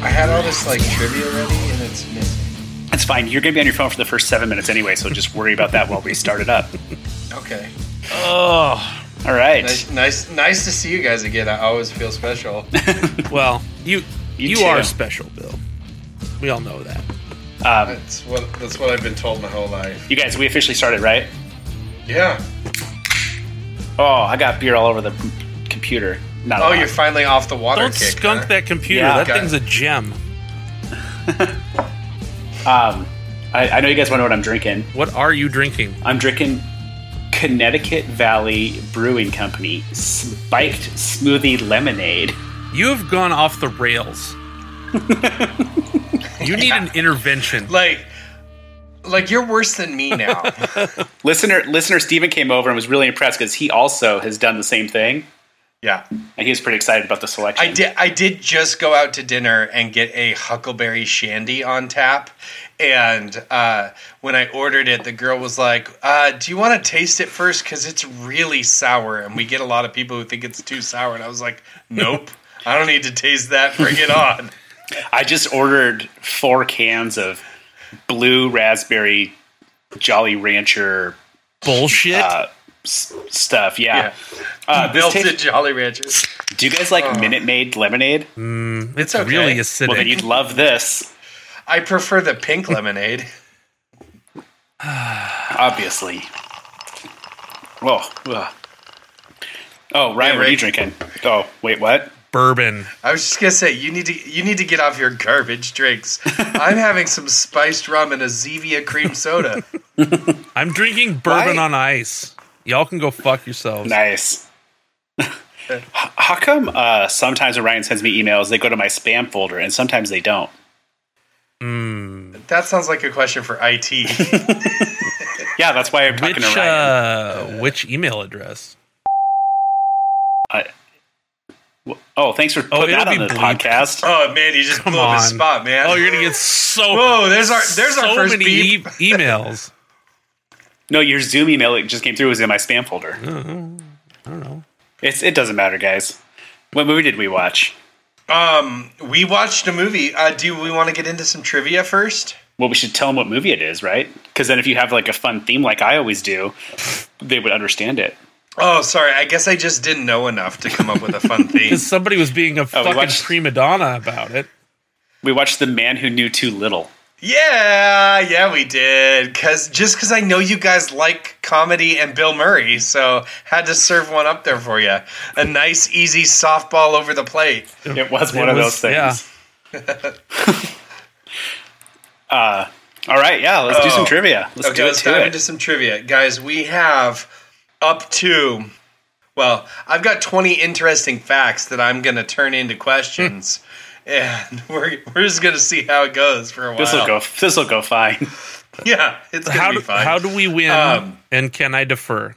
this like trivia ready and it's missing. It's fine. You're going to be on your phone for the first seven minutes anyway, so just worry about that while we start it up. Okay. Oh, All right. Nice, nice, nice to see you guys again. I always feel special. well, you You you too. are special, Bill. We all know that. Um, That's what that's what I've been told my whole life. you guys, we officially started, right? Yeah. Oh, I got beer all over the computer. Not a Oh, lot. you're finally off the water Don't kick. skunk huh? that computer. Yeah. that Okay. thing's a gem. Um, I, I know you guys want to know what I'm drinking. What are you drinking? I'm drinking Connecticut Valley Brewing Company spiked smoothie lemonade. You have gone off the rails. you need an intervention. Like, like you're worse than me now. Listener, listener Steven came over and was really impressed because he also has done the same thing, yeah. and he was pretty excited about the selection. I did. I did just go out to dinner and get a huckleberry shandy on tap, and uh, when I ordered it, the girl was like, uh, "Do you want to taste it first? Because it's really sour, and we get a lot of people who think it's too sour." And I was like, "Nope, I don't need to taste that. Bring it on." I just ordered four cans of blue raspberry Jolly Rancher Bullshit. uh, s- stuff. Yeah. Uh, this Melted tastes- Jolly Ranchers. do you guys like Oh. Minute Maid lemonade? it's okay. really acidic. Well, then you'd love this, I prefer the pink lemonade. obviously. Oh, ugh. oh, Ryan, Hey, what are you Rick. drinking? Oh, wait, what? Bourbon. I was just gonna say you need to you need to get off your garbage drinks. I'm having some spiced rum and a Zevia cream soda. I'm drinking bourbon Why- on ice. Y'all can go fuck yourselves. Nice. H- How come uh, sometimes when Ryan sends me emails, they go to my spam folder, and sometimes they don't? That sounds like a question for IT. Yeah, that's why I'm talking Which to uh, Ryan. which email address? I- w- oh, thanks for putting that it'll on be the bleeped. podcast. oh man, you just blew up his on. spot, man. Oh, you're gonna get so Whoa, there's our there's so our first many beep. e- emails. No, your Zoom email that just came through was in my spam folder. Uh-huh. I don't know. It's it doesn't matter, guys. What movie did we watch? Um, we watched a movie. Uh, do we want to get into some trivia first? Well, we should tell them what movie it is, right? Because then if you have like a fun theme, like I always do, they would understand it. Oh, sorry. I guess I just didn't know enough to come up with a fun theme. Because somebody was being Oh, a fucking watched- prima donna about it. We watched The Man Who Knew Too Little. Yeah, yeah, we did. Cause just because I know you guys like comedy and Bill Murray, so had to serve one up there for you. A nice, easy softball over the plate. It was one of was- those things. yeah. Uh, All right, yeah, let's do some Oh. trivia. Let's okay, do it let's to dive it. into some trivia, guys. We have up to well, I've got twenty interesting facts that I'm going to turn into questions, Hmm. and we're we're just going to see how it goes for a while. This will go. This will go fine. Yeah, it's going How to do, be fun. how do we win? Um, and can I defer?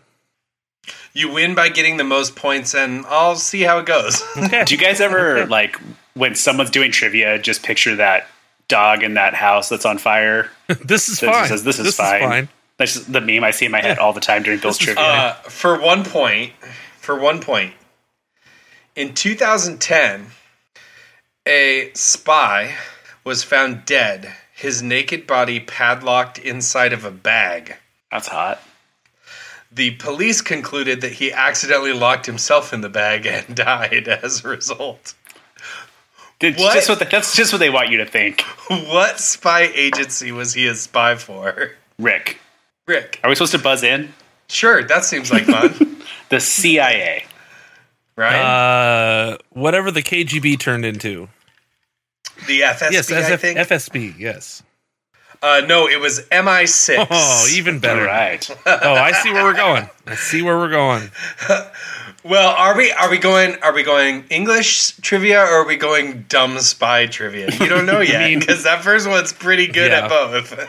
you win by getting the most points, and I'll see how it goes. Do you guys ever like when someone's doing trivia, just picture that dog in that house that's on fire? This is That just fine. says, this is fine. That's just the meme I see in my head all the time during Bill's This is trivia. Uh, for one point, for one point, in 2010, a spy was found dead, his naked body padlocked inside of a bag. That's hot. The police concluded that he accidentally locked himself in the bag and died as a result. That's What? just what they- that's just what they want you to think, What spy agency was he a spy for? Rick. Rick. Are we supposed to buzz in? Sure, that seems like fun, The CIA. right? Uh, whatever the KGB turned into. the FSB, Yes, I SF, think. FSB. Yes. uh, no, it was MI6. Oh, even All better. right. Oh, I see where we're going. I see where we're going. Well, are we are we going are we going English trivia or are we going dumb spy trivia? You don't know yet mean- because that first one's pretty good Yeah. at both.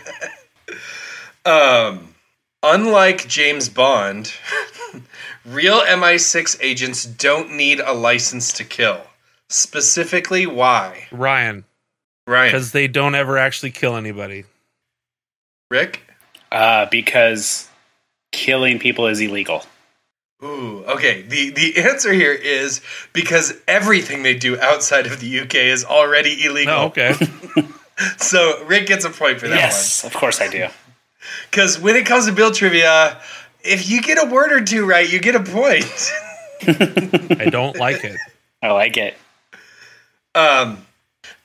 um, unlike James Bond, real MI6 agents don't need a license to kill. Specifically, why? Ryan, Ryan, because they don't ever actually kill anybody. Rick, Uh, because killing people is illegal. Ooh, okay. The the answer here is because everything they do outside of the UK is already illegal. No, okay. So Rick gets a point for that yes, of course I do. one. Because when it comes to Bill trivia, if you get a word or two right, you get a point. I don't like it. I like it. Um,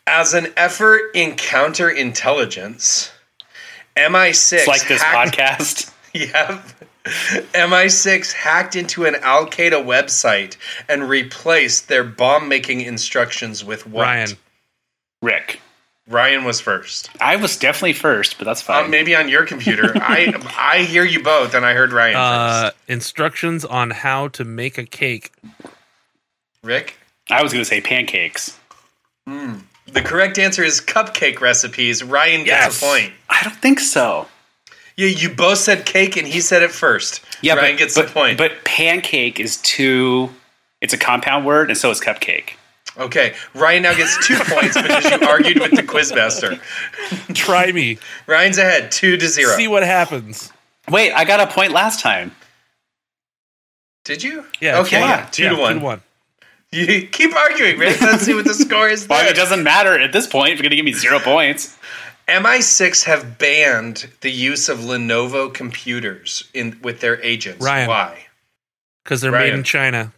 as an effort in counterintelligence, MI6 It's like this hacked- podcast. Yep. MI6 hacked into an Al Qaeda website and replaced their bomb making instructions with what? Ryan. Rick, Ryan was first. I was definitely first, but that's Uh, fine. maybe on your computer. I I hear you both, and I heard Ryan first. Uh, instructions on how to make a cake. Rick, I was going to say pancakes. the correct answer is cupcake recipes. Ryan gets Yes! a point. I don't think so. Yeah, you both said cake, and he said it first. Ryan but, gets but, the point. But pancake is too. It's a compound word, and so is cupcake. okay, Ryan now gets two points because you argued with the quizmaster. Try me. Ryan's ahead, two to zero. See what happens. Wait, I got a point last time. Did you? Yeah. Okay. it's Yeah, two, Yeah, to one. You keep arguing, Rick. Let's see what the score is. Well, there. it doesn't matter at this point. If you're going to give me zero points, MI6 have banned the use of Lenovo computers in with their agents. Ryan. Why? Because they're made Ryan. in China.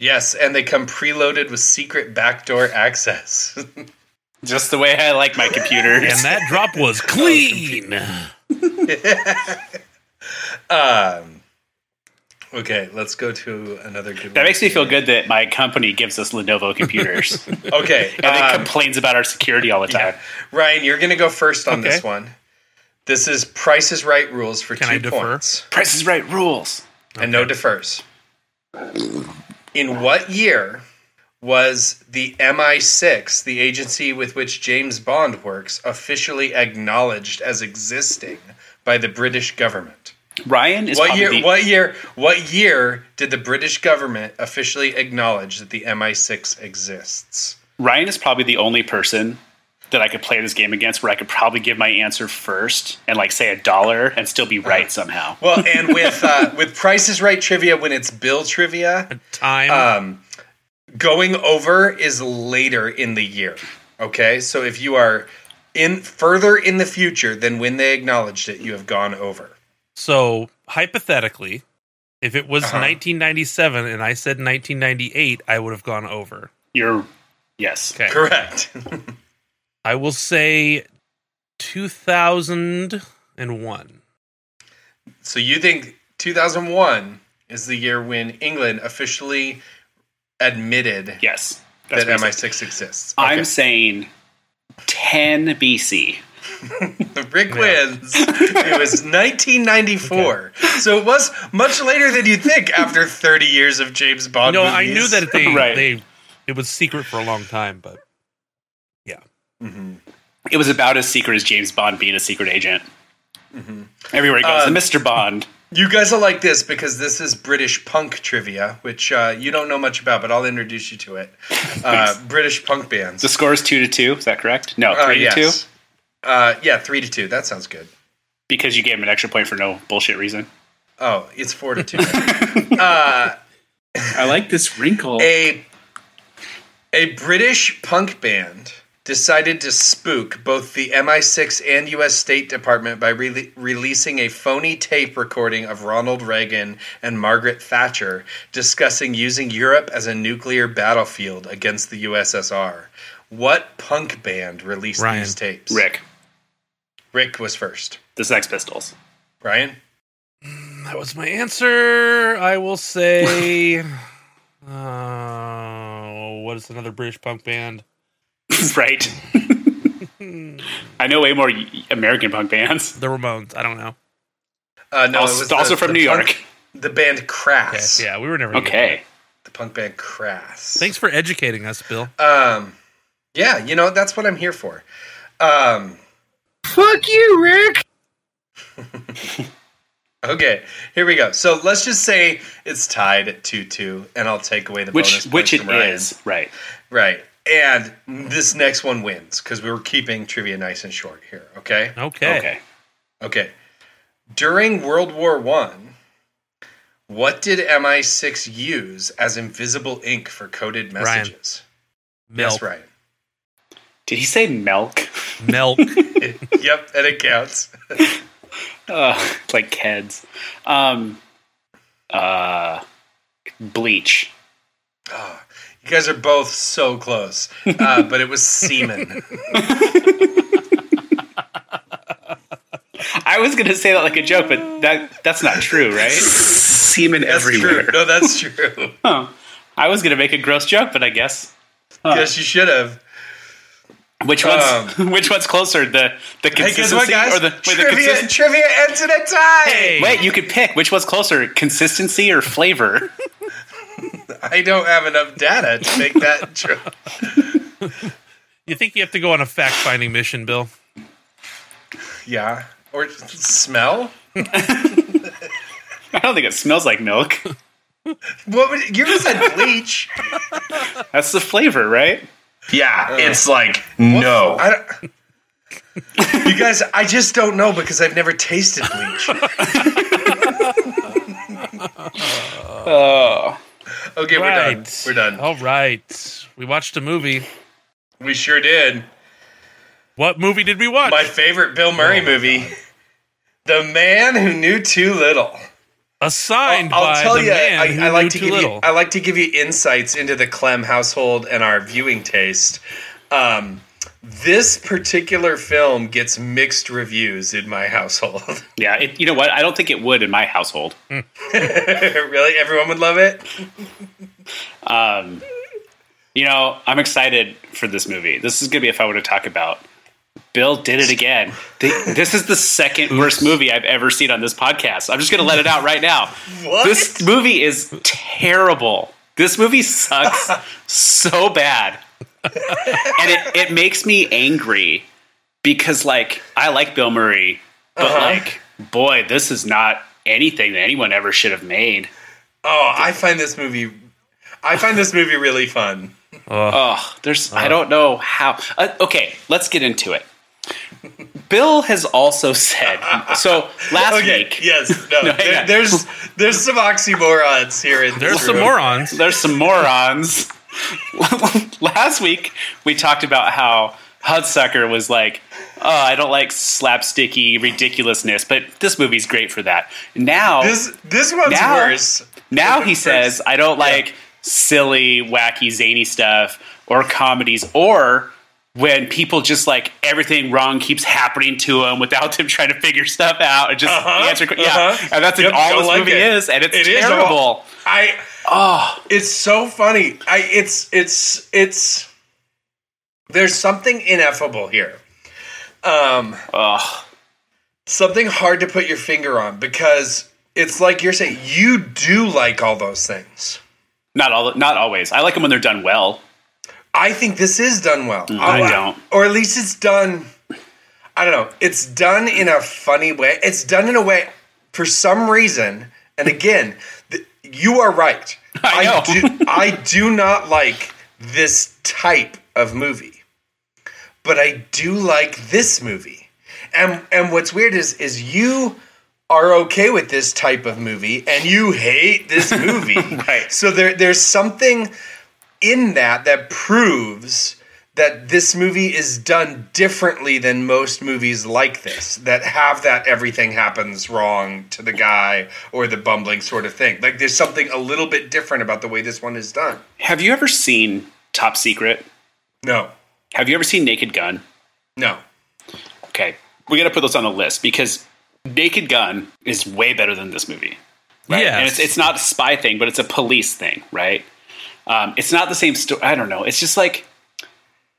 Yes, and they come preloaded with secret backdoor access. just the way I like my computers. And that drop was clean. um, okay, let's go to another good. that makes me feel good that my company gives us Lenovo computers, and Okay, it um, complains about our security all the time. Ryan, you're going to go first on this Okay. one. This is Price is Right rules for Can two I defer? points, Price is Right rules. and no defers. In what year was the MI6, the agency with which James Bond works, officially acknowledged as existing by the British government? Ryan is What probably year? the- What year? What year did the British government officially acknowledge that the MI6 exists? Ryan is probably the only person that I could play this game against where I could probably give my answer first and like say a dollar and still Uh-huh. be right somehow. Well, and with uh, with Price is Right trivia, when it's Bill trivia, Time. um, going over is later in the year. Okay, so if you are in further in the future than when they acknowledged it, you have gone over. so hypothetically, if it was Uh-huh. 1997 and I said 1998, I would have gone over. You're yes. Okay. Correct. I will say 2001. so you think 2001 is the year when England officially admitted Yes. That's that what I'm, saying. MI6 exists? I'm saying 10 BC. The Rick wins. It was 1994, so it was much later than you think. After 30 years of James Bond, No, I knew movies. that they Right. they it was secret for a long time, but Mm-hmm. It was about as secret as James Bond being a secret agent. Everywhere he Uh, goes, the Mr. Bond. You guys will like this because this is British punk trivia, which uh, you don't know much about, but I'll introduce you to it. Uh, British punk bands. The score is 2 to 2. Is that correct? No, 3 Uh, to yes. 2. Uh, yeah, three to two. That sounds good. Because you gave him an extra point for no bullshit reason. Oh, it's four to two. I like this wrinkle. a a British punk band decided to spook both the MI6 and U.S. State Department by rele releasing a phony tape recording of Ronald Reagan and Margaret Thatcher discussing using Europe as a nuclear battlefield against the USSR. What punk band released Ryan. these tapes? Rick, Rick was first. the Sex Pistols. Ryan. that was my answer. I will say uh, what is another British punk band? right. I know way more y- American punk bands. The Ramones. I don't know. Uh, no, it also was the- also from the New punk- York. The band Okay, Crass. yeah, we were never gonna- Okay. The punk band Crass. Thanks for educating us, Bill. Um, yeah, you know that's what I'm here for. Um, Fuck you, Rick. okay, here we go. So let's just say it's tied at two two, and I'll take away the Which bonus which points it from Ryan. is. Right. right? And this next one wins because we were keeping trivia nice and short here. Okay, Okay. okay. okay. During World War One, What did MI6 use as invisible ink for coded Ryan. messages? Milk. That's right. Did he say milk? Milk. It- yep, and it counts. Uh, like heads. Um, uh, bleach. Ah, you guys are both so close, uh, but it was semen. I was gonna say that like a joke, but that that's not true, right? Semen That's everywhere. true. No, that's true. Huh. I was gonna make a gross joke, but I guess Yes, you should have. which one's which one's closer, the the Hey, guess what, consistency guys? or the, wait, the trivia, consist- trivia ends in a tie. Wait, you could pick which was closer, consistency or flavor. I don't have enough data to make that true. You think you have to go on a fact finding mission, Bill? Yeah, or smell. I don't think it smells like milk. What would you said? Bleach. That's the flavor, right? Yeah, it's like no. I don't, you guys, I just don't know because I've never tasted bleach. Oh, Okay, right. we're done. We're done. All right. We watched a movie. We sure did. What movie did we watch? My favorite Bill Oh Murray movie, The Man Who Knew Too Little. Assigned I'll by tell the you, man I, who I knew like to too give little. you, I like to give you insights into the Clem household and our viewing taste. Um, this particular film gets mixed reviews in my household. yeah. It, you know what? I don't think it would in my household. really, everyone would love it. Um, you know, I'm excited for this movie. This is going to be if I were to talk about. Bill did it again. The- this is the second worst movie I've ever seen on this podcast. I'm just going to let it out right now. What? This movie is terrible. This movie sucks so bad. and it, it makes me angry because, like, I like Bill Murray, but, like, boy, this is not anything that anyone ever should have made. Oh, I find this movie. I find this movie really fun. Oh, there's. I don't know how. Uh, okay, let's get into it. Bill has also said so last Okay. week. Yes. No. No, hang there- on. there's there's some oxymorons here. In There's this some room. morons. There's some morons. last week we talked about how Hudsucker was like, "Oh, I don't like slapsticky ridiculousness," but this movie's great for that. Now, This this one's Now- worse. now he First- says, I don't like silly, wacky, zany stuff or comedies or when people just like everything wrong keeps happening to them without them trying to figure stuff out and just Uh-huh, answer. que- uh-huh. Yeah, and that's Yep, all don't this like movie it. is, and it's It is all- terrible. I oh, it's so funny. I it's it's it's there's something ineffable here. Um oh, something hard to put your finger on because it's like you're saying you do like all those things. not all, not always. I like them when they're done well. I think this is done well. Mm, I Or- don't. Or at least it's done I don't know. It's done in a funny way. It's done in a way for some reason. And again, th- you are right. I know. do I do not like this type of movie. But I do like this movie. And and what's weird is is you are okay with this type of movie and you hate this movie. right. So there there's something in that that proves that this movie is done differently than most movies like this that have that everything happens wrong to the guy or the bumbling sort of thing. Like there's something a little bit different about the way this one is done. Have you ever seen Top Secret? No. Have you ever seen Naked Gun? No. Okay, we got to put those on the list because Naked Gun is way better than this movie. Right? Yes. And it's, it's not a spy thing, but it's a police thing, right? Um, it's not the same story. I don't know. It's just like,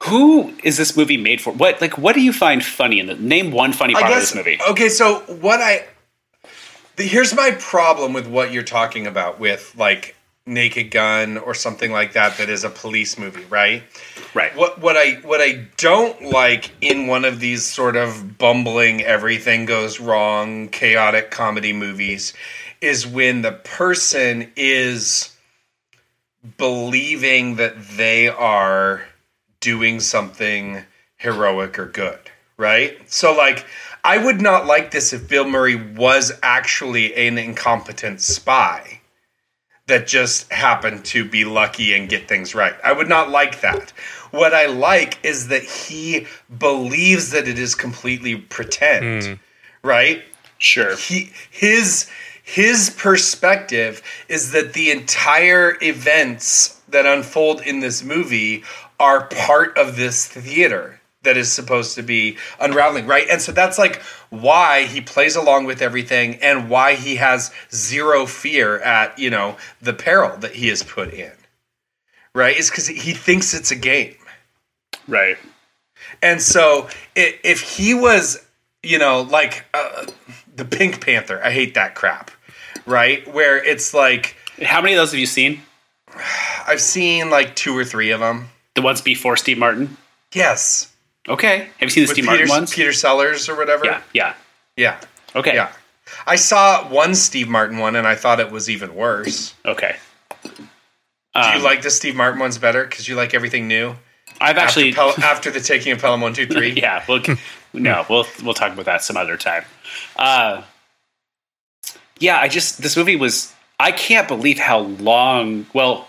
who is this movie made for? What like what do you find funny in the name? One funny part of this movie. Okay, so what I the, here's my problem with what you're talking about with like Naked Gun or something like that that is a police movie, right? right. What what I what I don't like in one of these sort of bumbling everything goes wrong chaotic comedy movies is when the person is believing that they are doing something heroic or good, right? So like I would not like this if Bill Murray was actually an incompetent spy that just happened to be lucky and get things right. I would not like that. What I like is that he believes that it is completely pretend, right? Sure. He his his perspective is that the entire events that unfold in this movie are part of this theater that is supposed to be unraveling, right? And so that's like why he plays along with everything and why he has zero fear at, you know, the peril that he is put in. Right? Is cuz he thinks it's a game. Right. And so i if he was, you know, like uh, the Pink Panther, I hate that crap, right? Where it's like How many of those have you seen? I've seen like two or three of them. The ones before Steve Martin? Yes, Okay. Have you seen the Steve Peter, Martin ones? Peter Sellers or whatever. yeah. Yeah. yeah, Okay. yeah. I saw one Steve Martin one, and I thought it was even worse. Okay. Do Um, you like the Steve Martin ones better because you like everything new? I've actually Pel- after the taking of Pelham one two three. yeah we'll no we'll we'll talk about that some other time uh yeah i just this movie was i can't believe how long well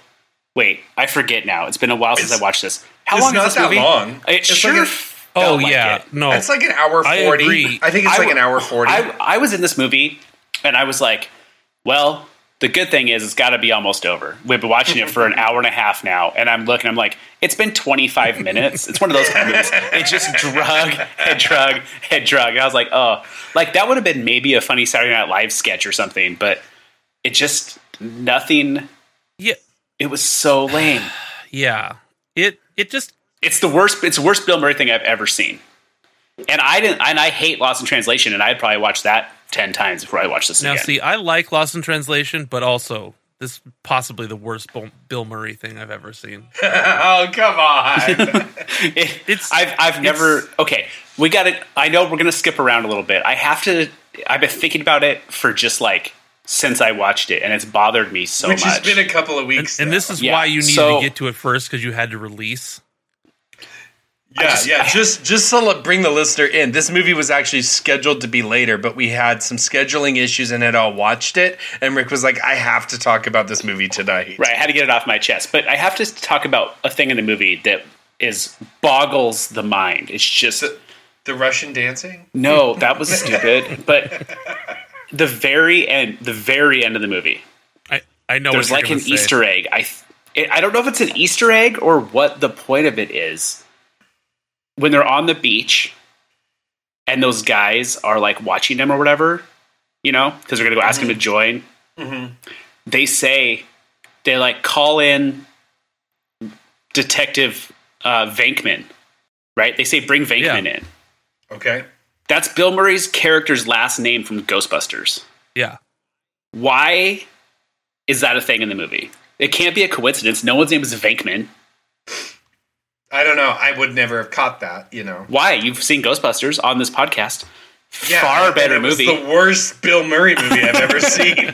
wait i forget now it's been a while since i watched this how it's long not is that this movie long. it It's sure like a- Oh felt like yeah, it. no. It's like an hour I forty. agree. I think it's I like w- an hour forty. I, I was in this movie and I was like, well, the good thing is it's got to be almost over. We've been watching it for an hour and a half now, and I'm looking, I'm like, it's been 25 minutes. It's one of those kind of movies. It just drug and drug and drug. And I was like, oh, like that would have been maybe a funny Saturday Night Live sketch or something, but it just nothing. yeah, It was so lame. yeah. It it just It's the worst. It's the worst Bill Murray thing I've ever seen. And I didn't. And I hate Lost in Translation. And I'd probably watch that ten times before I watch this now again. see. I like Lost in Translation, but also this is possibly the worst Bill, Bill Murray thing I've ever seen. oh come on! It- It's- I've I've never okay. We got to I know we're gonna skip around a little bit. I have to. I've been thinking about it for just like since I watched it, and it's bothered me so Which has much. been a couple of And, weeks. and now. this is Yeah, why you needed so- to get to it first because you had to release. Yeah, just- yeah. I- just just to let- bring the listener in, this movie was actually scheduled to be later, but we had some scheduling issues and had all watched it. And Rick was like, "I have to talk about this movie tonight." right, I had to get it off my chest. But I have to talk about a thing in the movie that is boggles the mind. It's just The Russian dancing. No, that was stupid. But the very end, the very end of the movie, I I know there's what like you're an gonna say. Easter egg. I th- it, I don't know if it's an Easter egg or what the point of it is. When they're on the beach, and those guys are like watching them or whatever, you know, because they're gonna go ask him to join. They say they like call in Detective uh, Venkman, right? They say bring Venkman in. Okay. That's Bill Murray's character's last name from Ghostbusters. Yeah, Why is that a thing in the movie? It can't be a coincidence. No one's name is Venkman. I don't know. I would never have caught that. You know. Why? You've seen Ghostbusters on this podcast. Yeah, Far and better it was movie. The worst Bill Murray movie I've ever seen.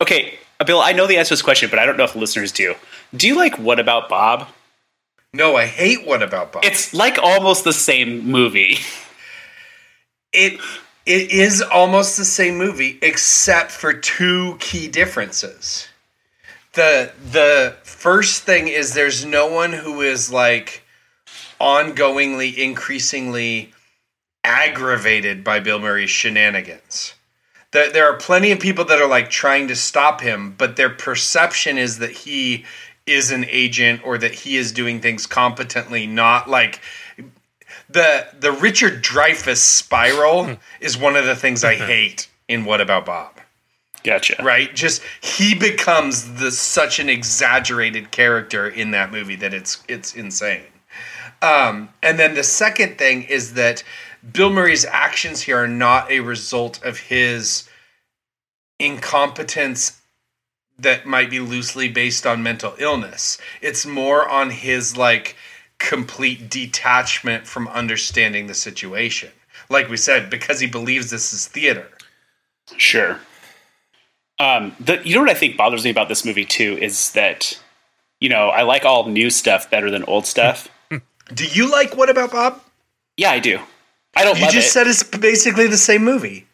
okay, uh, Bill, I know the answer to this question, but I don't know if listeners do. Do you like What About Bob? no, I hate What About Bob. It's like almost the same movie. it it is almost the same movie except for two key differences the the first thing is there's no one who is like ongoingly increasingly aggravated by bill murray's shenanigans there, there are plenty of people that are like trying to stop him but their perception is that he is an agent or that he is doing things competently not like the the Richard Dreyfuss spiral is one of the things I hate in What About Bob. Gotcha. Right? Just he becomes the such an exaggerated character in that movie that it's it's insane. Um, and then the second thing is that Bill Murray's actions here are not a result of his incompetence that might be loosely based on mental illness. It's more on his like complete detachment from understanding the situation. Like we said, because he believes this is theater. Sure. Um, the, you know what I think bothers me about this movie too is that, you know, I like all new stuff better than old stuff. Do you like What About Bob? yeah, I do. I don't You love just it. said it's basically the same movie.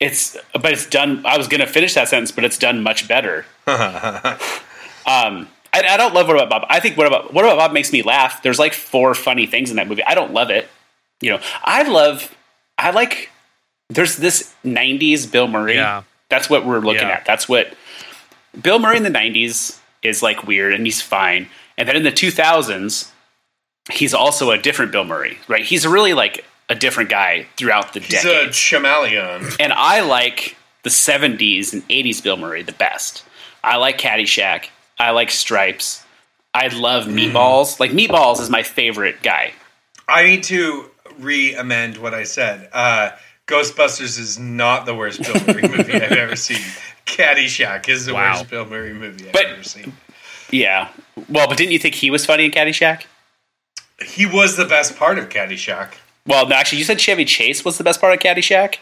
it's but it's done. I was gonna finish that sentence, but it's done much better. um, I, I don't love what about Bob. I think what about what about Bob makes me laugh. There's like four funny things in that movie. I don't love it. You know, I love. I like. There's this '90s Bill Murray. Yeah. That's what we're looking Yeah. at. That's what Bill Murray in the '90s is like weird, and he's fine. And then in the 2000s, he's also a different Bill Murray, right? He's really like a different guy throughout the He's decade a chameleon. and I like the 70s and 80s Bill Murray the best. I like Caddyshack. I like Stripes. I love Hmm. Meatballs. Like Meatballs is my favorite guy. I need to re-amend what I said. Uh, Ghostbusters is not the worst Bill Murray movie I've ever seen. Caddyshack is the Wow. worst Bill Murray movie I've But- ever seen. Yeah. Well, but didn't you think he was funny in Caddyshack? He was the best part of Caddyshack. Well, no, actually, you said Chevy Chase was the best part of Caddyshack.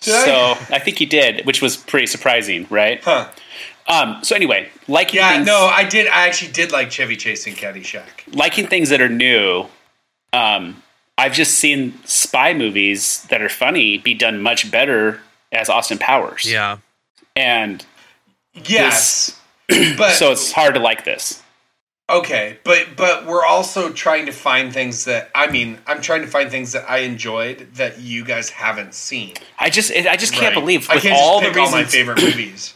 Did I? so I think you did, which was pretty surprising, right? Huh. Um, so anyway, liking Yeah, things, no, I did. I actually did like Chevy Chase and Caddyshack. liking things that are new. Um, I've just seen spy movies that are funny be done much better as Austin Powers. Yeah. and Yes, but so it's hard to like this. Okay, but but we're also trying to find things that I mean, I'm trying to find things that I enjoyed that you guys haven't seen. I just I just can't Right. believe I with can't all just the pick reasons, all my favorite movies.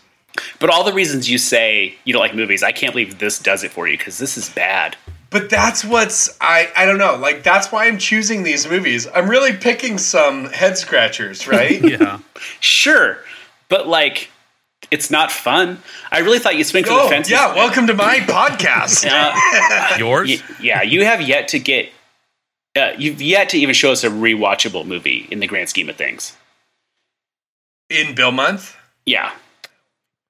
but all the reasons you say you don't like movies, I can't believe this does it for you because this is bad. But that's what's I I don't know. Like that's why I'm choosing these movies. I'm really picking some head scratchers, right? Yeah. Sure, but like it's not fun. I really thought you swing for the Oh, fences. yeah, welcome to my podcast. Uh, Yours? y- yeah, you have yet to get. Uh, you've yet to even show us a rewatchable movie in the grand scheme of things. In Bill Month? Yeah,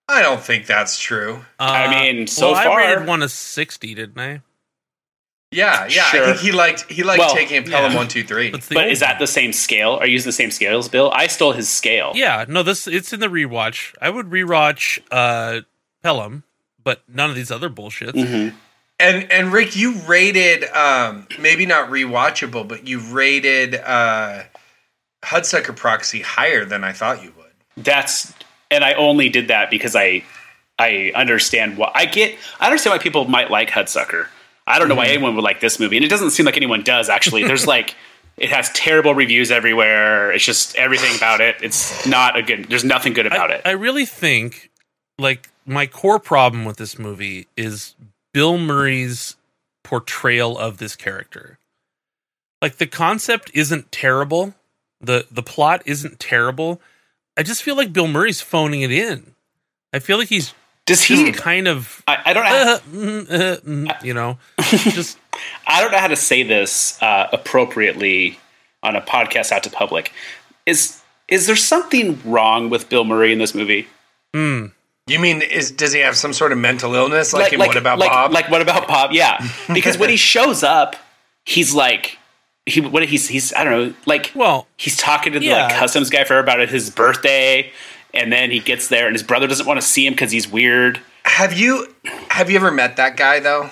I don't think that's true. I mean, so Uh, well, far- I rated one a 60, didn't I? Yeah, yeah. Sure. I think he liked he liked Well, taking it Pelham yeah. one, two, three. It's the but old is that one. the same scale? Are you using the same scales, Bill? I stole his scale. Yeah, no, this it's in the rewatch. I would rewatch uh Pelham, but none of these other bullshits. Mm-hmm. And and Rick, you rated um, maybe not rewatchable, but you rated uh, Hudsucker Proxy higher than I thought you would. that's and I only did that because I I understand why I get I understand why people might like Hudsucker. I don't know why anyone would like this movie, and it doesn't seem like anyone does actually. There's like it has terrible reviews everywhere. It's just everything about it. It's not a good. There's nothing good about it. I really think like my core problem with this movie is Bill Murray's portrayal of this character. Like the concept isn't terrible. The the plot isn't terrible. I just feel like Bill Murray's phoning it in. I feel like he's Does just he? kind of I, I don't. Know how, uh, Ah. mm, uh, mm, you know, just I don't know how to say this uh, appropriately on a podcast out to public. Is is there something wrong with Bill Murray in this movie? You mean is does he have some sort of mental illness like, in What About like, Bob? Like what about Bob? Yeah, because when he shows up, he's like he what he's he's I don't know like well, he's talking to the like, yeah. customs guy for about his birthday, and then he gets there and his brother doesn't want to see him because he's weird. have you have you ever met that guy though?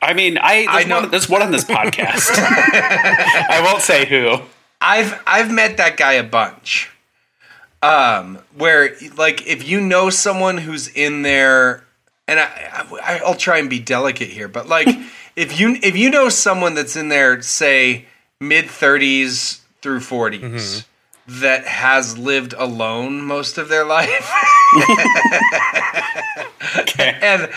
I mean, I there's, I know- One, there's one on this podcast. I won't say who. I've I've met that guy a bunch. Um, where like if you know someone who's in their and I, I I'll try and be delicate here, but like if you if you know someone that's in their say mid thirties through 40s that has lived alone most of their life, and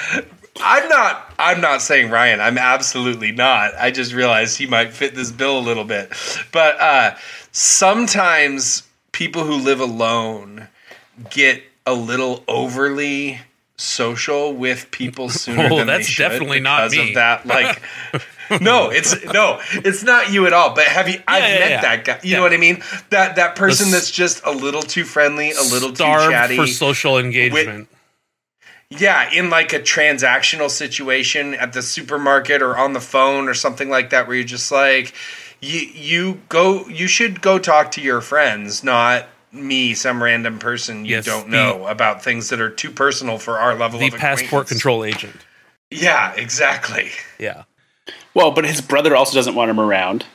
I'm not. I'm not saying Ryan. I'm absolutely not. I just realized he might fit this bill a little bit. But uh, sometimes people who live alone get a little overly social with people sooner Oh, than they that's should definitely not because me. of that. Like, no, it's no, it's not you at all. But have you? I've yeah, met yeah. that guy. You know what I mean? That that person s- that's just a little too friendly, a little too starved chatty for social engagement. yeah, in like a transactional situation at the supermarket or on the phone or something like that, where you're just like, you you go, you should go talk to your friends, not me, some random person you Yes, don't the- know about things that are too personal for our level the of passport acquaintance. control agent. Yeah, exactly. Yeah. Well, but his brother also doesn't want him around.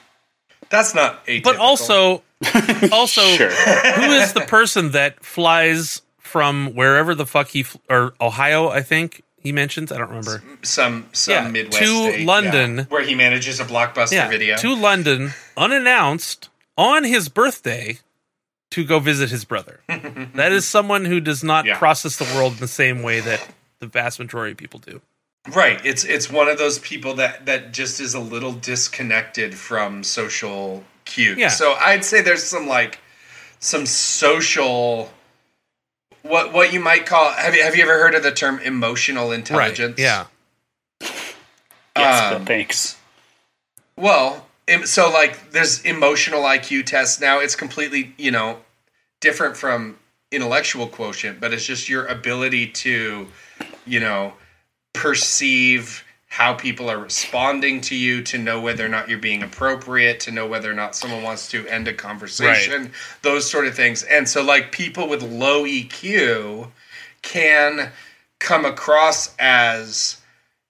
That's not atypical. But also, also, Sure. Uh. who is the person that flies from wherever the fuck he fl- or Ohio? I think he mentions. I don't remember. some some Yeah, Midwest to state, yeah, London. where he manages a blockbuster Yeah, video. to London unannounced on his birthday to go visit his brother. that is someone who does not Yeah. process the world in the same way that the vast majority of people do. right, it's it's one of those people that that just is a little disconnected from social cues. Yeah. So I'd say there's some like some social what what you might call have you have you ever heard of the term emotional intelligence? Right? Yeah. Yes, Um, but thanks. Well, em- so like there's emotional IQ tests now. It's completely, you know, different from intellectual quotient, but it's just your ability to, you know, perceive how people are responding to you, to know whether or not you're being appropriate, to know whether or not someone wants to end a conversation, those sort of things. And so, like, people with low E EQ can come across as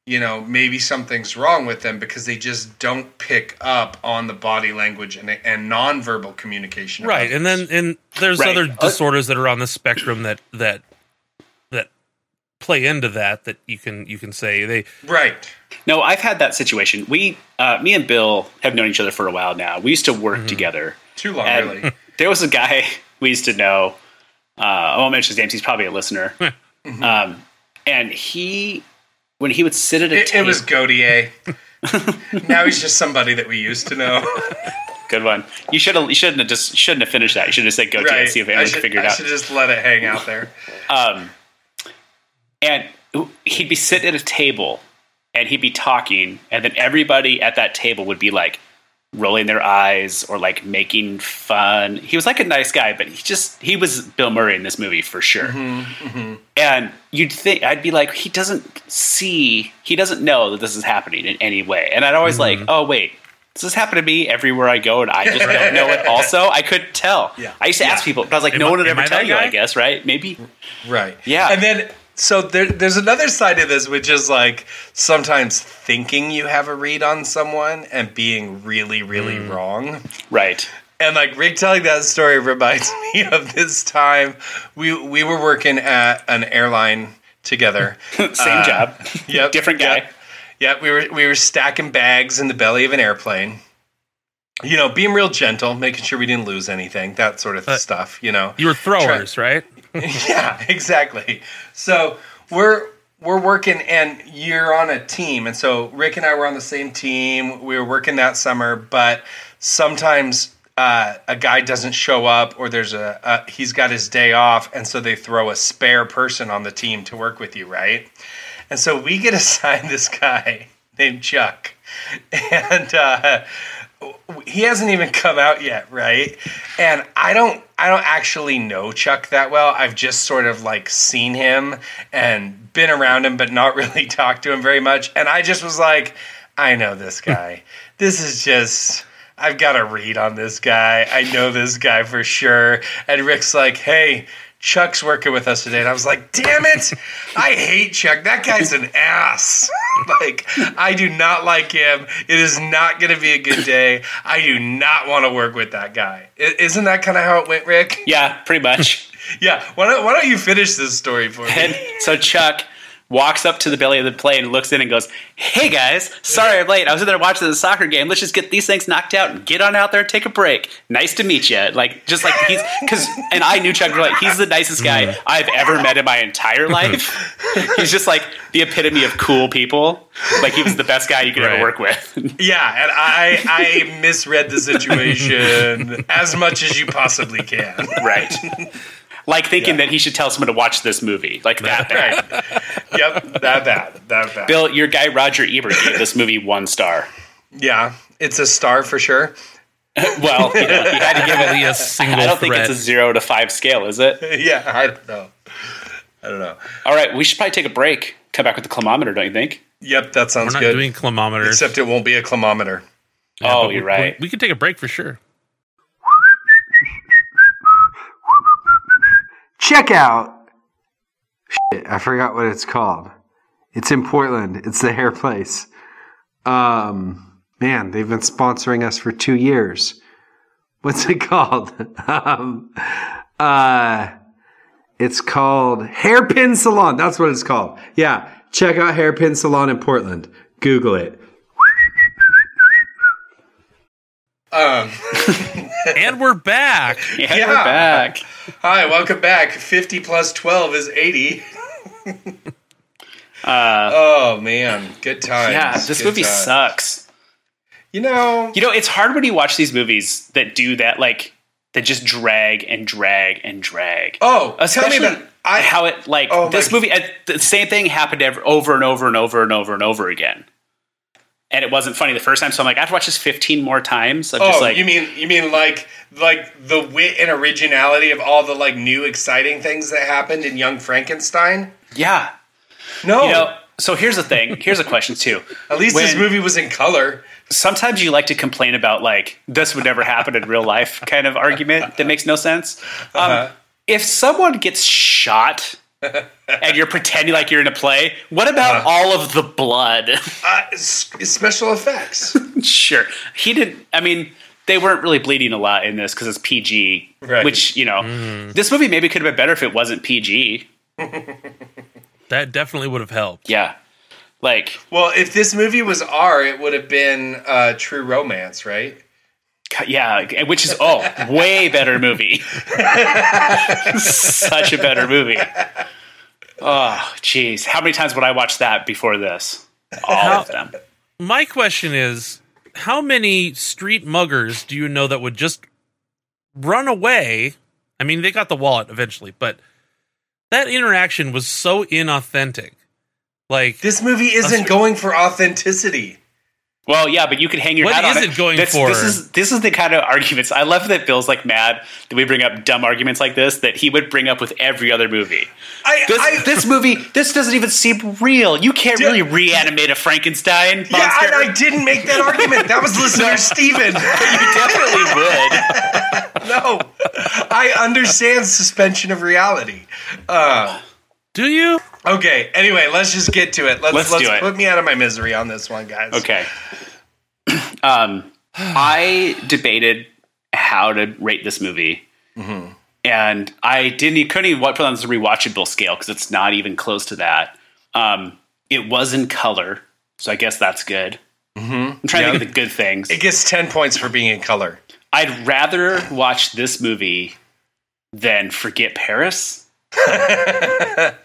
you know, maybe something's wrong with them because they just don't pick up on the body language and, and nonverbal communication. of right and then others. and there's Right. other Uh, disorders that are on the spectrum that that that play into that that you can you can say they right, No, I've had that situation. We, uh, me and Bill, have known each other for a while now. We used to work Mm-hmm. together. too long, And really. there was a guy we used to know. Uh, I won't mention his name. 'cause He's probably a listener. um, and he, when he would sit at a It, it table, was Godier. now he's just somebody that we used to know. good one. You should have. You shouldn't have just shouldn't have finished that. You should have said go to right. and see if anyone I should, figured I out. should just let it hang out there. Um, and he'd be sitting at a table and he'd be talking, and then everybody at that table would be like rolling their eyes or like making fun. He was like a nice guy, but he just, he was Bill Murray in this movie for sure. Mm-hmm, And you'd think, I'd be like, he doesn't see, he doesn't know that this is happening in any way. And I'd always like, Mm-hmm. oh, wait. Does this happen to me everywhere I go, and I just don't know it? Also, I couldn't tell. Yeah. I used to ask people, but I was like, Am no I- one would am ever I tell that you. I guy? guess, right? Maybe Right. Yeah. And then so there, there's another side of this, which is like sometimes thinking you have a read on someone and being really, really Mm. wrong. Right. And like retelling that story reminds me of this time we we were working at an airline together. Same Uh, job. yep. Different guy. Yep. Yep, we were we were stacking bags in the belly of an airplane. You know, being real gentle, making sure we didn't lose anything, that sort of stuff, you know. you were throwers right yeah, exactly. So we're we're working, and you're on a team, and so Rick and I were on the same team. We were working that summer, but sometimes uh, a guy doesn't show up, or there's a uh, he's got his day off, and so they throw a spare person on the team to work with you, right? And so we get assigned this guy named Chuck, and. Uh, he hasn't even come out yet, right? And I don't I don't actually know Chuck that well. I've just sort of like seen him and been around him but not really talked to him very much. And I just was like, I know this guy. this is just I've got a read on this guy. I know this guy for sure. And Rick's like, "Hey, Chuck's working with us today." And I was like, "Damn it. I hate Chuck. That guy's an ass." like, I do not like him. It is not going to be a good day. I do not want to work with that guy. I- isn't that kind of how it went, Rick? Yeah, pretty much. Yeah. Why don't, why don't you finish this story for me? and so Chuck walks up to the belly of the plane, looks in, and goes, "Hey guys, sorry I'm late. I was in there watching the soccer game. Let's just get these things knocked out and get on out there and take a break. Nice to meet you." Like just like he's because and I knew Chuck. Like he's the nicest guy I've ever met in my entire life. he's just like the epitome of cool people. Like he was the best guy you could Right. ever work with. Yeah, and I I misread the situation as much as you possibly can. right. Like thinking that he should tell someone to watch this movie. Like that. bad. Right. Yep, that bad. That bad. Bill, your guy Roger Ebert gave this movie one star. Yeah, it's a star for sure. Well, you know, he had to give it. Probably a single I don't think threat. it's a zero to five scale, is it? Yeah, I don't know. I don't know. All right, we should probably take a break. Come back with the climometer, don't you think? Yep, that we're sounds not good. doing climometers Except it won't be a climometer. oh, you're right. we, we could take a break for sure check out. Shit, I forgot what it's called. It's in Portland. It's the hair place. Um, Man, they've been sponsoring us for two years. What's it called? um, uh, it's called Hairpin Salon. That's what it's called. Yeah, check out Hairpin Salon in Portland. Google it. Um, and we're back. Yeah, Yeah. we're back. hi, welcome back. 50 plus 12 is 80. Uh, Oh, man. Good times. yeah, this Good movie times. sucks. You know, You know, it's hard when you watch these movies that do that, like that just drag and drag and drag. oh, Especially tell me about I, how it like Oh, this my- movie. uh, The same thing happened ever, over and over and over and over and over again, and it wasn't funny the first time. So I'm like, I have to watch this 15 more times. I'm Oh, just like, you mean you mean like like the wit and originality of all the like new exciting things that happened in Young Frankenstein? yeah, No, you know. So here's the thing. Here's a question too. at least this when- movie was in color. sometimes you like to complain about like this would never happen in real life kind of argument that makes no sense. Um, If someone gets shot and you're pretending like you're in a play, what about all of the blood? Uh, s- special effects, sure, he didn't. I mean, they weren't really bleeding a lot in this because it's PG, Right. which you know, this movie maybe could have been better if it wasn't PG. That definitely would have helped. Yeah, like Well, if this movie was R, it would have been uh, True Romance, right? yeah, which is oh, way better movie. Such a better movie. Oh, jeez, how many times would I watch that before this? All of them. My question is how many street muggers do you know that would just run away? I mean, they got the wallet eventually, but that interaction was so inauthentic. Like, This movie isn't going for authenticity. Well, yeah, but you could hang your What hat on is it going This- for? This is this is the kind of arguments I love that Bill's like mad that we bring up dumb arguments like this that he would bring up with every other movie. I, This, I, this movie, this doesn't even seem real. You can't really reanimate a Frankenstein monster. yeah, and I didn't make that argument. That was listener Steven. definitely would. No, I understand suspension of reality. do you? Okay. Anyway, let's just get to it. Let's Let's let's, do it. put me out of my misery on this one, guys. Okay. um, I debated how to rate this movie, Mm-hmm. and I didn't. e- Couldn't even put it on the rewatchable scale because it's not even close to that. Um, it was in color, so I guess that's good. Mm-hmm. I'm trying to think of the good things. It gets ten points for being in color. I'd rather watch this movie than Forget Paris.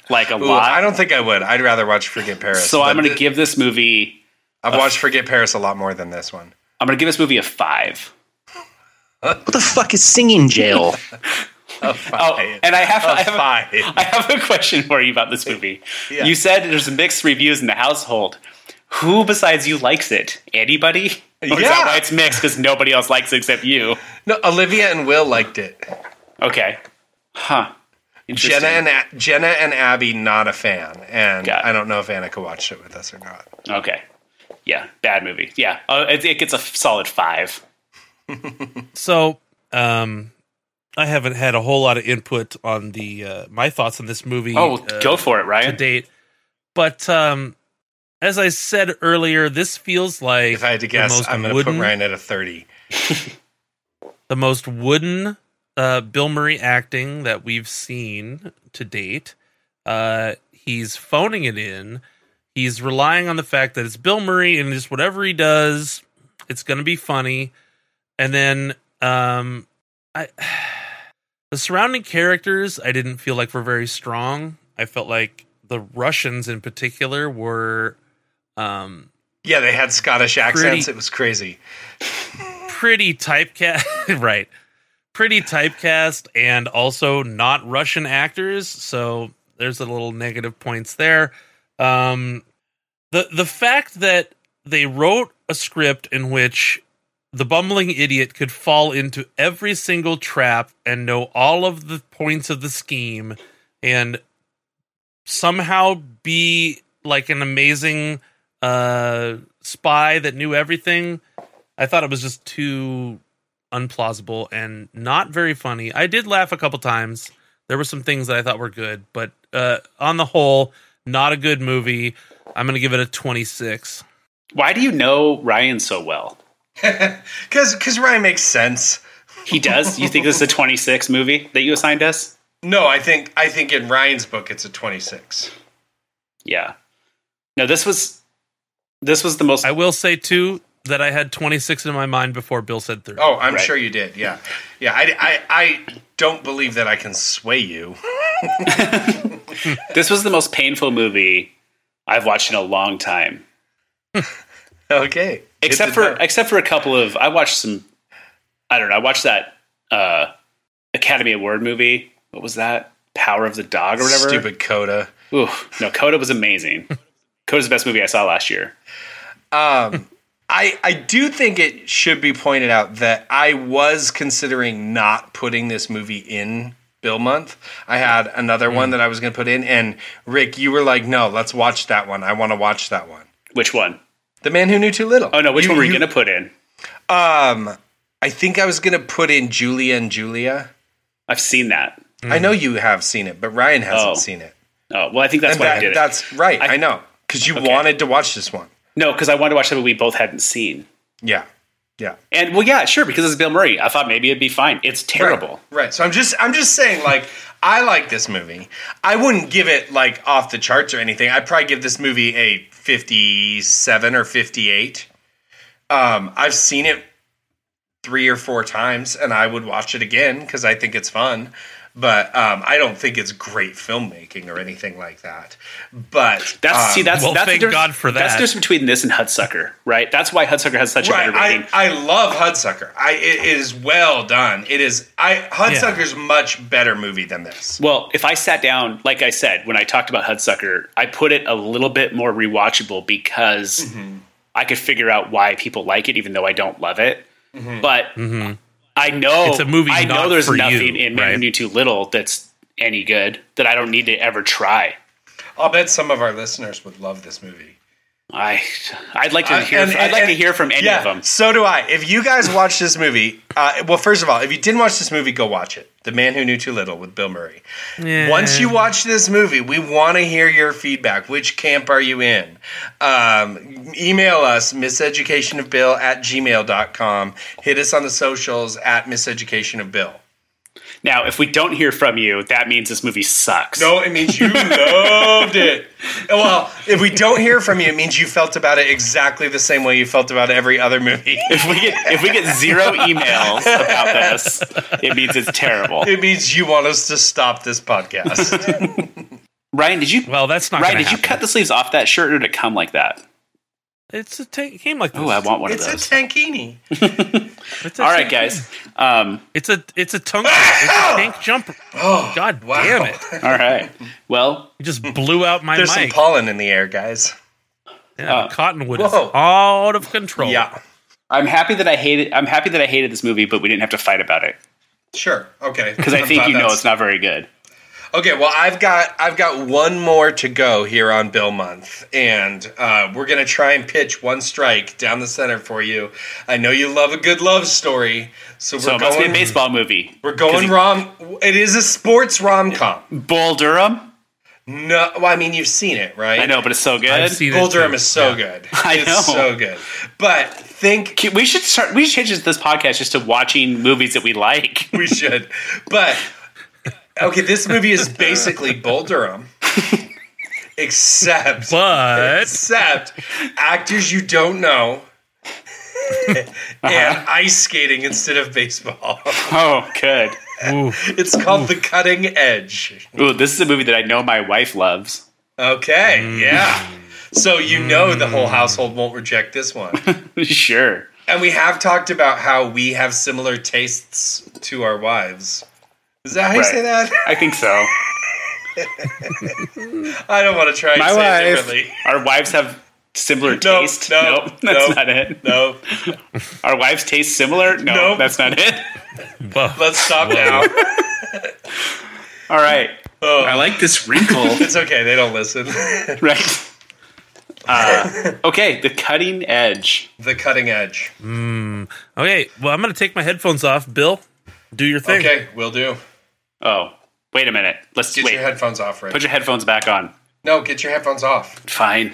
like a Ooh, I lot. don't think I would. I'd rather watch Forget Paris. So but I'm going to th- give this movie. I've watched Forget Paris a lot more than this one. I'm going to give this movie a five. What the fuck is singing jail? Oh, and I have, I have, Five. I have a question for you about this movie. You said there's mixed reviews in the household. Who besides you likes it? Anybody? Or is that Yeah. why it's mixed? Because nobody else likes it except you. No, Olivia and Will liked it. Okay. Huh. Interesting. Jenna and A- Jenna and Abby not a fan, and Got it. I don't know if Annika watched it with us or not. okay. Yeah, bad movie. Yeah, uh, it, it gets a f- solid five. So, um, I haven't had a whole lot of input on the uh, my thoughts on this movie. Oh, uh, go for it, to Ryan. date. But um, as I said earlier, this feels like If I had to the guess, most I'm going to put wooden- Ryan at a thirty. the most wooden uh, Bill Murray acting that we've seen to date. Uh, he's phoning it in. He's relying on the fact that it's Bill Murray and just whatever he does, it's going to be funny. And then um, I, the surrounding characters, I didn't feel like were very strong. I felt like the Russians in particular were um, Yeah, they had Scottish accents. Pretty- It was crazy. pretty typecast, right? Pretty typecast, and also not Russian actors. So there's a little negative points there. Um, the the fact that they wrote a script in which the bumbling idiot could fall into every single trap and know all of the points of the scheme and somehow be like an amazing uh spy that knew everything I thought it was just too unplausible and not very funny. I did laugh a couple times. There were some things that I thought were good, but uh, on the whole, not a good movie. I'm going to give it a 26. Why do you know Ryan so well? Because because Ryan makes sense. He does. You think this is a 26 movie that you assigned us? No, I think I think in Ryan's book it's a 26. Yeah. No, this was this was the most I will say too that I had 26 in my mind before Bill said 30. Oh, I'm Right. sure you did. Yeah, yeah. I, I I don't believe that I can sway you. this was the most painful movie I've watched in a long time. Okay. except for except for a couple of I watched some I don't know I watched that uh Academy Award movie what was that Power of the Dog or whatever stupid Coda. Ooh, no Coda was amazing Coda's the best movie I saw last year Um, I I do think it should be pointed out that I was considering not putting this movie in Bill Month. I had another Hmm. one that I was going to put in, and Rick, you were like, "No, let's watch that one. I want to watch that one." which one? The Man Who Knew Too Little. Oh no which You- one were you, you- gonna put in Um, I think I was going to put in Julia and Julia. I've seen that I know you have seen it, but Ryan hasn't Hmm. Oh. seen it. oh well I think that's And why that- I did it that's right. I- I, know because you wanted to watch this one. no because I wanted to watch something we both hadn't seen Yeah, yeah. and well yeah sure because it's Bill Murray I thought maybe it'd be fine it's terrible Right. right. So I'm just I'm just saying like I like this movie. I wouldn't give it like off the charts or anything. I'd probably give this movie a 57 or 58. Um I've seen it 3 or 4 times and I would watch it again cuz I think it's fun. But um, I don't think it's great filmmaking or anything like that. But That's um, see. That's well, that's the thank difference- God for That's the that. difference between this and Hudsucker, right? That's why Hudsucker has such a Right, better rating. I, I love Hudsucker. I it is well done. It is I Hudsucker's much better movie than this. Well, if I sat down, like I said, when I talked about Hudsucker, I put it a little bit more rewatchable because Mm-hmm. I could figure out why people like it, even though I don't love it. But I know Mm-hmm. It's a movie I know not there's for you, nothing in Man Who right? Knew Too Little that's any good that I don't need to ever try. I'll bet some of our listeners would love this movie. I I'd like to hear. I'd like to hear from any of them. So do I. If you guys watch this movie, uh, well, first of all, if you didn't watch this movie, go watch it. The Man Who Knew Too Little with Bill Murray. Once you watch this movie, we want to hear your feedback. Which camp are you in? Um, email us, miseducationofbill at gmail.com. Hit us on the socials at miseducationofbill. Now, if we don't hear from you, that means this movie sucks. No, it means you loved it. Well, if we don't hear from you, it means you felt about it exactly the same way you felt about every other movie. If we get if we get zero emails about this, it means it's terrible. It means you want us to stop this podcast. Ryan, did you Well, that's not Ryan, gonna did you happen. cut the sleeves off that shirt or did it come like that? It's a tank came like this. Oh, I want one it's a of those. tankini. It's a All right, tank- guys. Ah! Um, It's a it's a tongue it's a tank jumper. Oh, Oh, God damn it! all right. Well, You just blew out my There's some mic. pollen in the air, guys. Yeah, uh, Cottonwood is Whoa. out of control. Yeah. I'm happy that I hated. I'm happy that I hated this movie, but we didn't have to fight about it Sure. Okay. because I think you know it's not very good. Okay, well I've got I've got one more to go here on Bill Month. And uh, we're gonna try and pitch one strike down the center for you. I know you love a good love story, so we're So it must be a going baseball movie. we're going rom it is a sports rom com. Bull Durham. No well, I mean you've seen it, right? I know, but it's so good. I've seen Bull it. Durham too. is so Yeah. good. I it's know. so good. But think Can- We should start. We should change this podcast just to watching movies that we like. we should. But okay, this movie is basically Bull Durham, except But except actors you don't know Uh-huh. and ice skating instead of baseball. Oh, good. It's called The Cutting Edge. Ooh, this is a movie that I know my wife loves. Okay, Mm. yeah. So you know the whole household won't reject this one. sure. And we have talked about how we have similar tastes to our wives. Is that how you Right. say that? I think so. I don't want to try and My say it wife. differently. Our wives have similar taste. no, nope, that's no. not it. No, Our wives taste similar? No, Nope. that's not it. whoa, let's stop now. All right, I like this wrinkle. It's okay, they don't listen. right. Uh, okay, the cutting edge. the cutting edge. okay. Well, I'm gonna take my headphones off. Bill, do your thing. Okay, will do. Oh, wait a minute. Let's Get wait. your headphones off, Rick. Put your headphones back on. no, get your headphones off. Fine.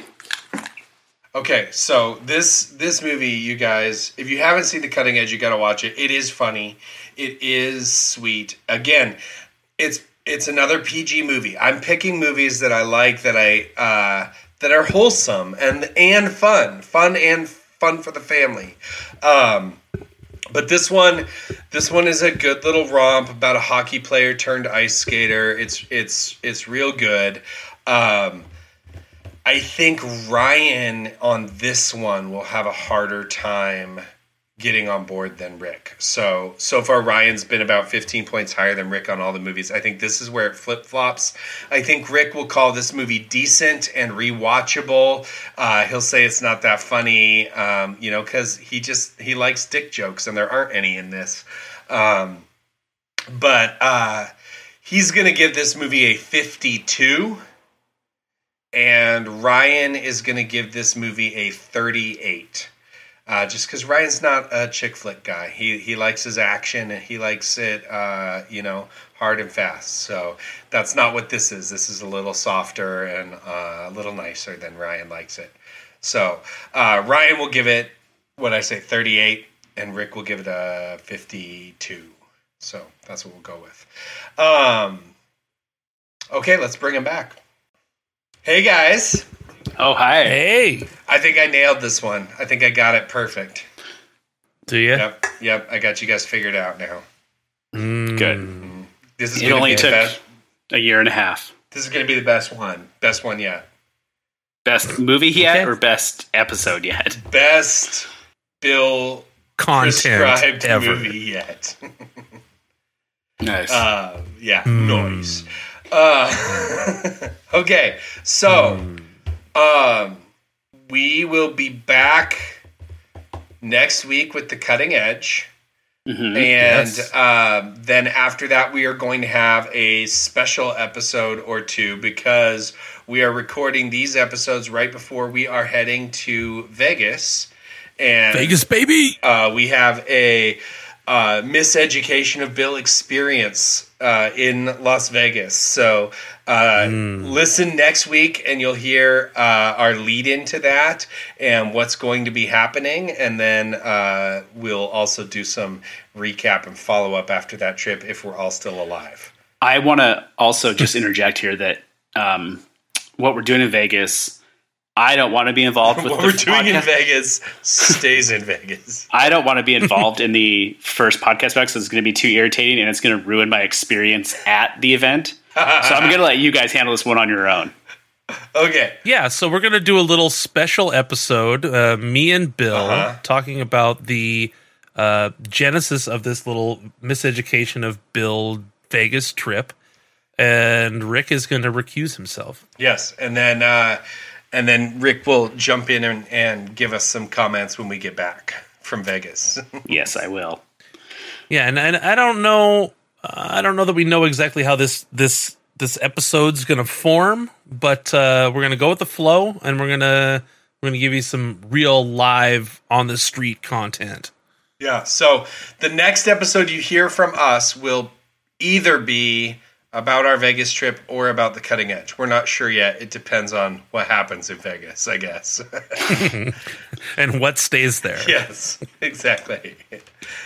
Okay, so this this movie, you guys, if you haven't seen The Cutting Edge, you got to watch it. It is funny. It is sweet. Again, it's it's another PG movie. I'm picking movies that I like that I uh, that are wholesome and and fun, fun and fun for the family. Um, but this one, this one is a good little romp about a hockey player turned ice skater. It's it's it's real good. Um, I think Ryan on this one will have a harder time getting on board than Rick. So so far Ryan's been about 15 points higher than Rick on all the movies. I think this is where it flip-flops. I think Rick will call this movie decent and rewatchable. Uh, he'll say it's not that funny, um, you know, cuz he just he likes dick jokes and there aren't any in this. Um, but uh, he's going to give this movie a 52 and Ryan is going to give this movie a 38. Uh, just because Ryan's not a chick flick guy, he he likes his action and he likes it, uh, you know, hard and fast. So that's not what this is. This is a little softer and uh, a little nicer than Ryan likes it. So uh, Ryan will give it what I say 38, and Rick will give it a 52. So that's what we'll go with. Um, okay, let's bring him back. Hey guys, Oh, hi. Hey, I think I nailed this one. I think I got it perfect. do you? Yep, yep. I got you guys figured out now. Mm, Good. This is It gonna only be the took best. a year and a half. This is going to be the best one. Best one yet. Best movie yet or best episode yet? Best Bill Content prescribed ever. movie yet. Nice. Uh, yeah, Hmm. noise. Uh, okay, so Mm. Hmm. um, we will be back next week with the cutting edge. Mm-hmm. And um, then after that, we are going to have a special episode or two because we are recording these episodes right before we are heading to Vegas. And Vegas baby. uh, we have a uh, miseducation of Bill experience uh, in Las Vegas. So uh, listen next week and you'll hear uh, our lead into that and what's going to be happening. And then uh, we'll also do some recap and follow up after that trip if we're all still alive. I want to also just interject here that um, what we're doing in Vegas, I don't want to be involved with What the we're doing in podcast. Vegas stays in Vegas. I don't want to be involved in the first podcast because it's going to be too irritating and it's going to ruin my experience at the event. So I'm going to let you guys handle this one on your own. Okay. Yeah, so we're going to do a little special episode, uh, me and Bill, Uh-huh. talking about the uh, genesis of this little miseducation of Bill Vegas trip. And Rick is going to recuse himself. Yes, and then uh, and then Rick will jump in and, and give us some comments when we get back from Vegas. Yes, I will. Yeah, and, and I don't know, uh, I don't know that we know exactly how this this this episode's going to form, but uh, we're going to go with the flow, and we're gonna we're gonna give you some real live on the street content. yeah. So the next episode you hear from us will either be about our Vegas trip or about the cutting edge. We're not sure yet. It depends on what happens in Vegas, I guess. And what stays there? yes, exactly.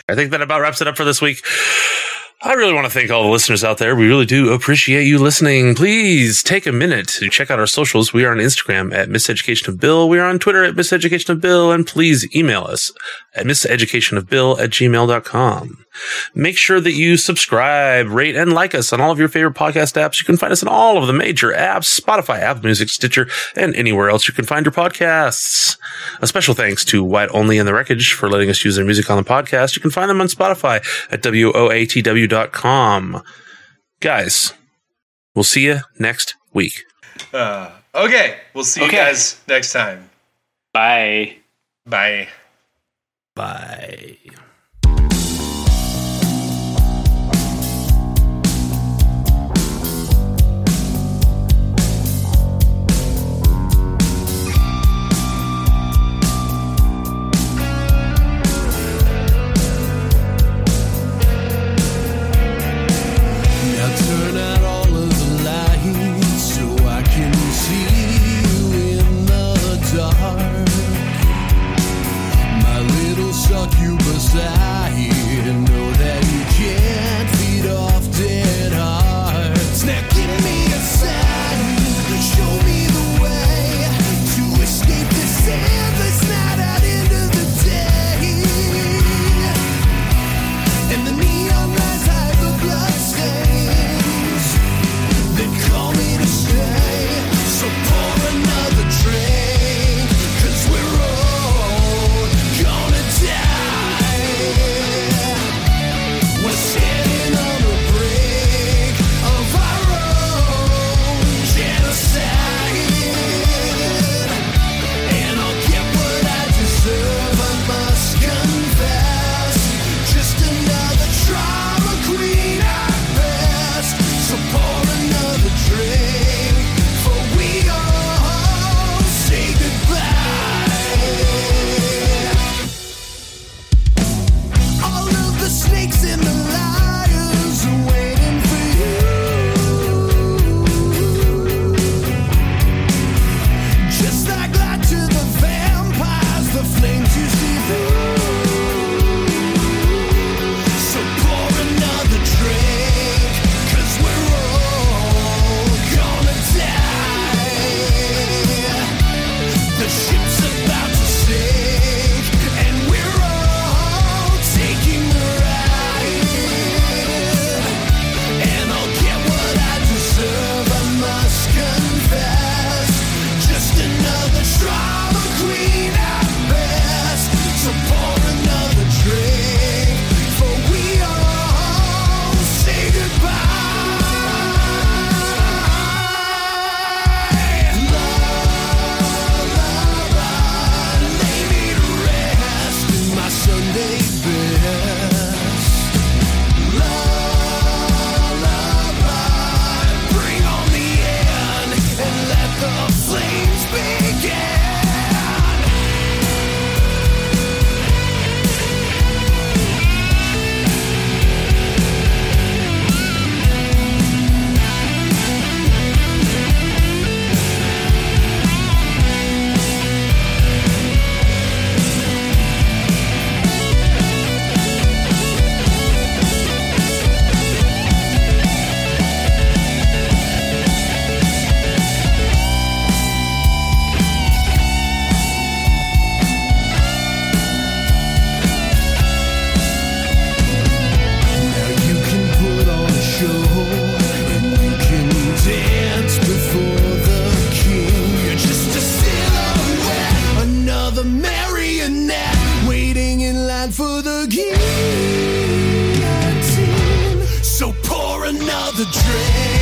I think that about wraps it up for this week. I really want to thank all the listeners out there. We really do appreciate you listening. Please take a minute to check out our socials. We are on Instagram at Miseducation of Bill. We are on Twitter at Miseducation of Bill. And please email us at miseducationofbill at gmail.com. Make sure that you subscribe, rate, and like us on all of your favorite podcast apps. You can find us on all of the major apps, Spotify, Apple Music, Stitcher, and anywhere else you can find your podcasts. A special thanks to White Only and The Wreckage for letting us use their music on the podcast. You can find them on Spotify at WOATW.com. Guys, we'll see you next week. Uh, okay, we'll see you Okay. guys next time. Bye. Bye. Bye. Now turn out all of the lights so I can see you in the dark. the dream.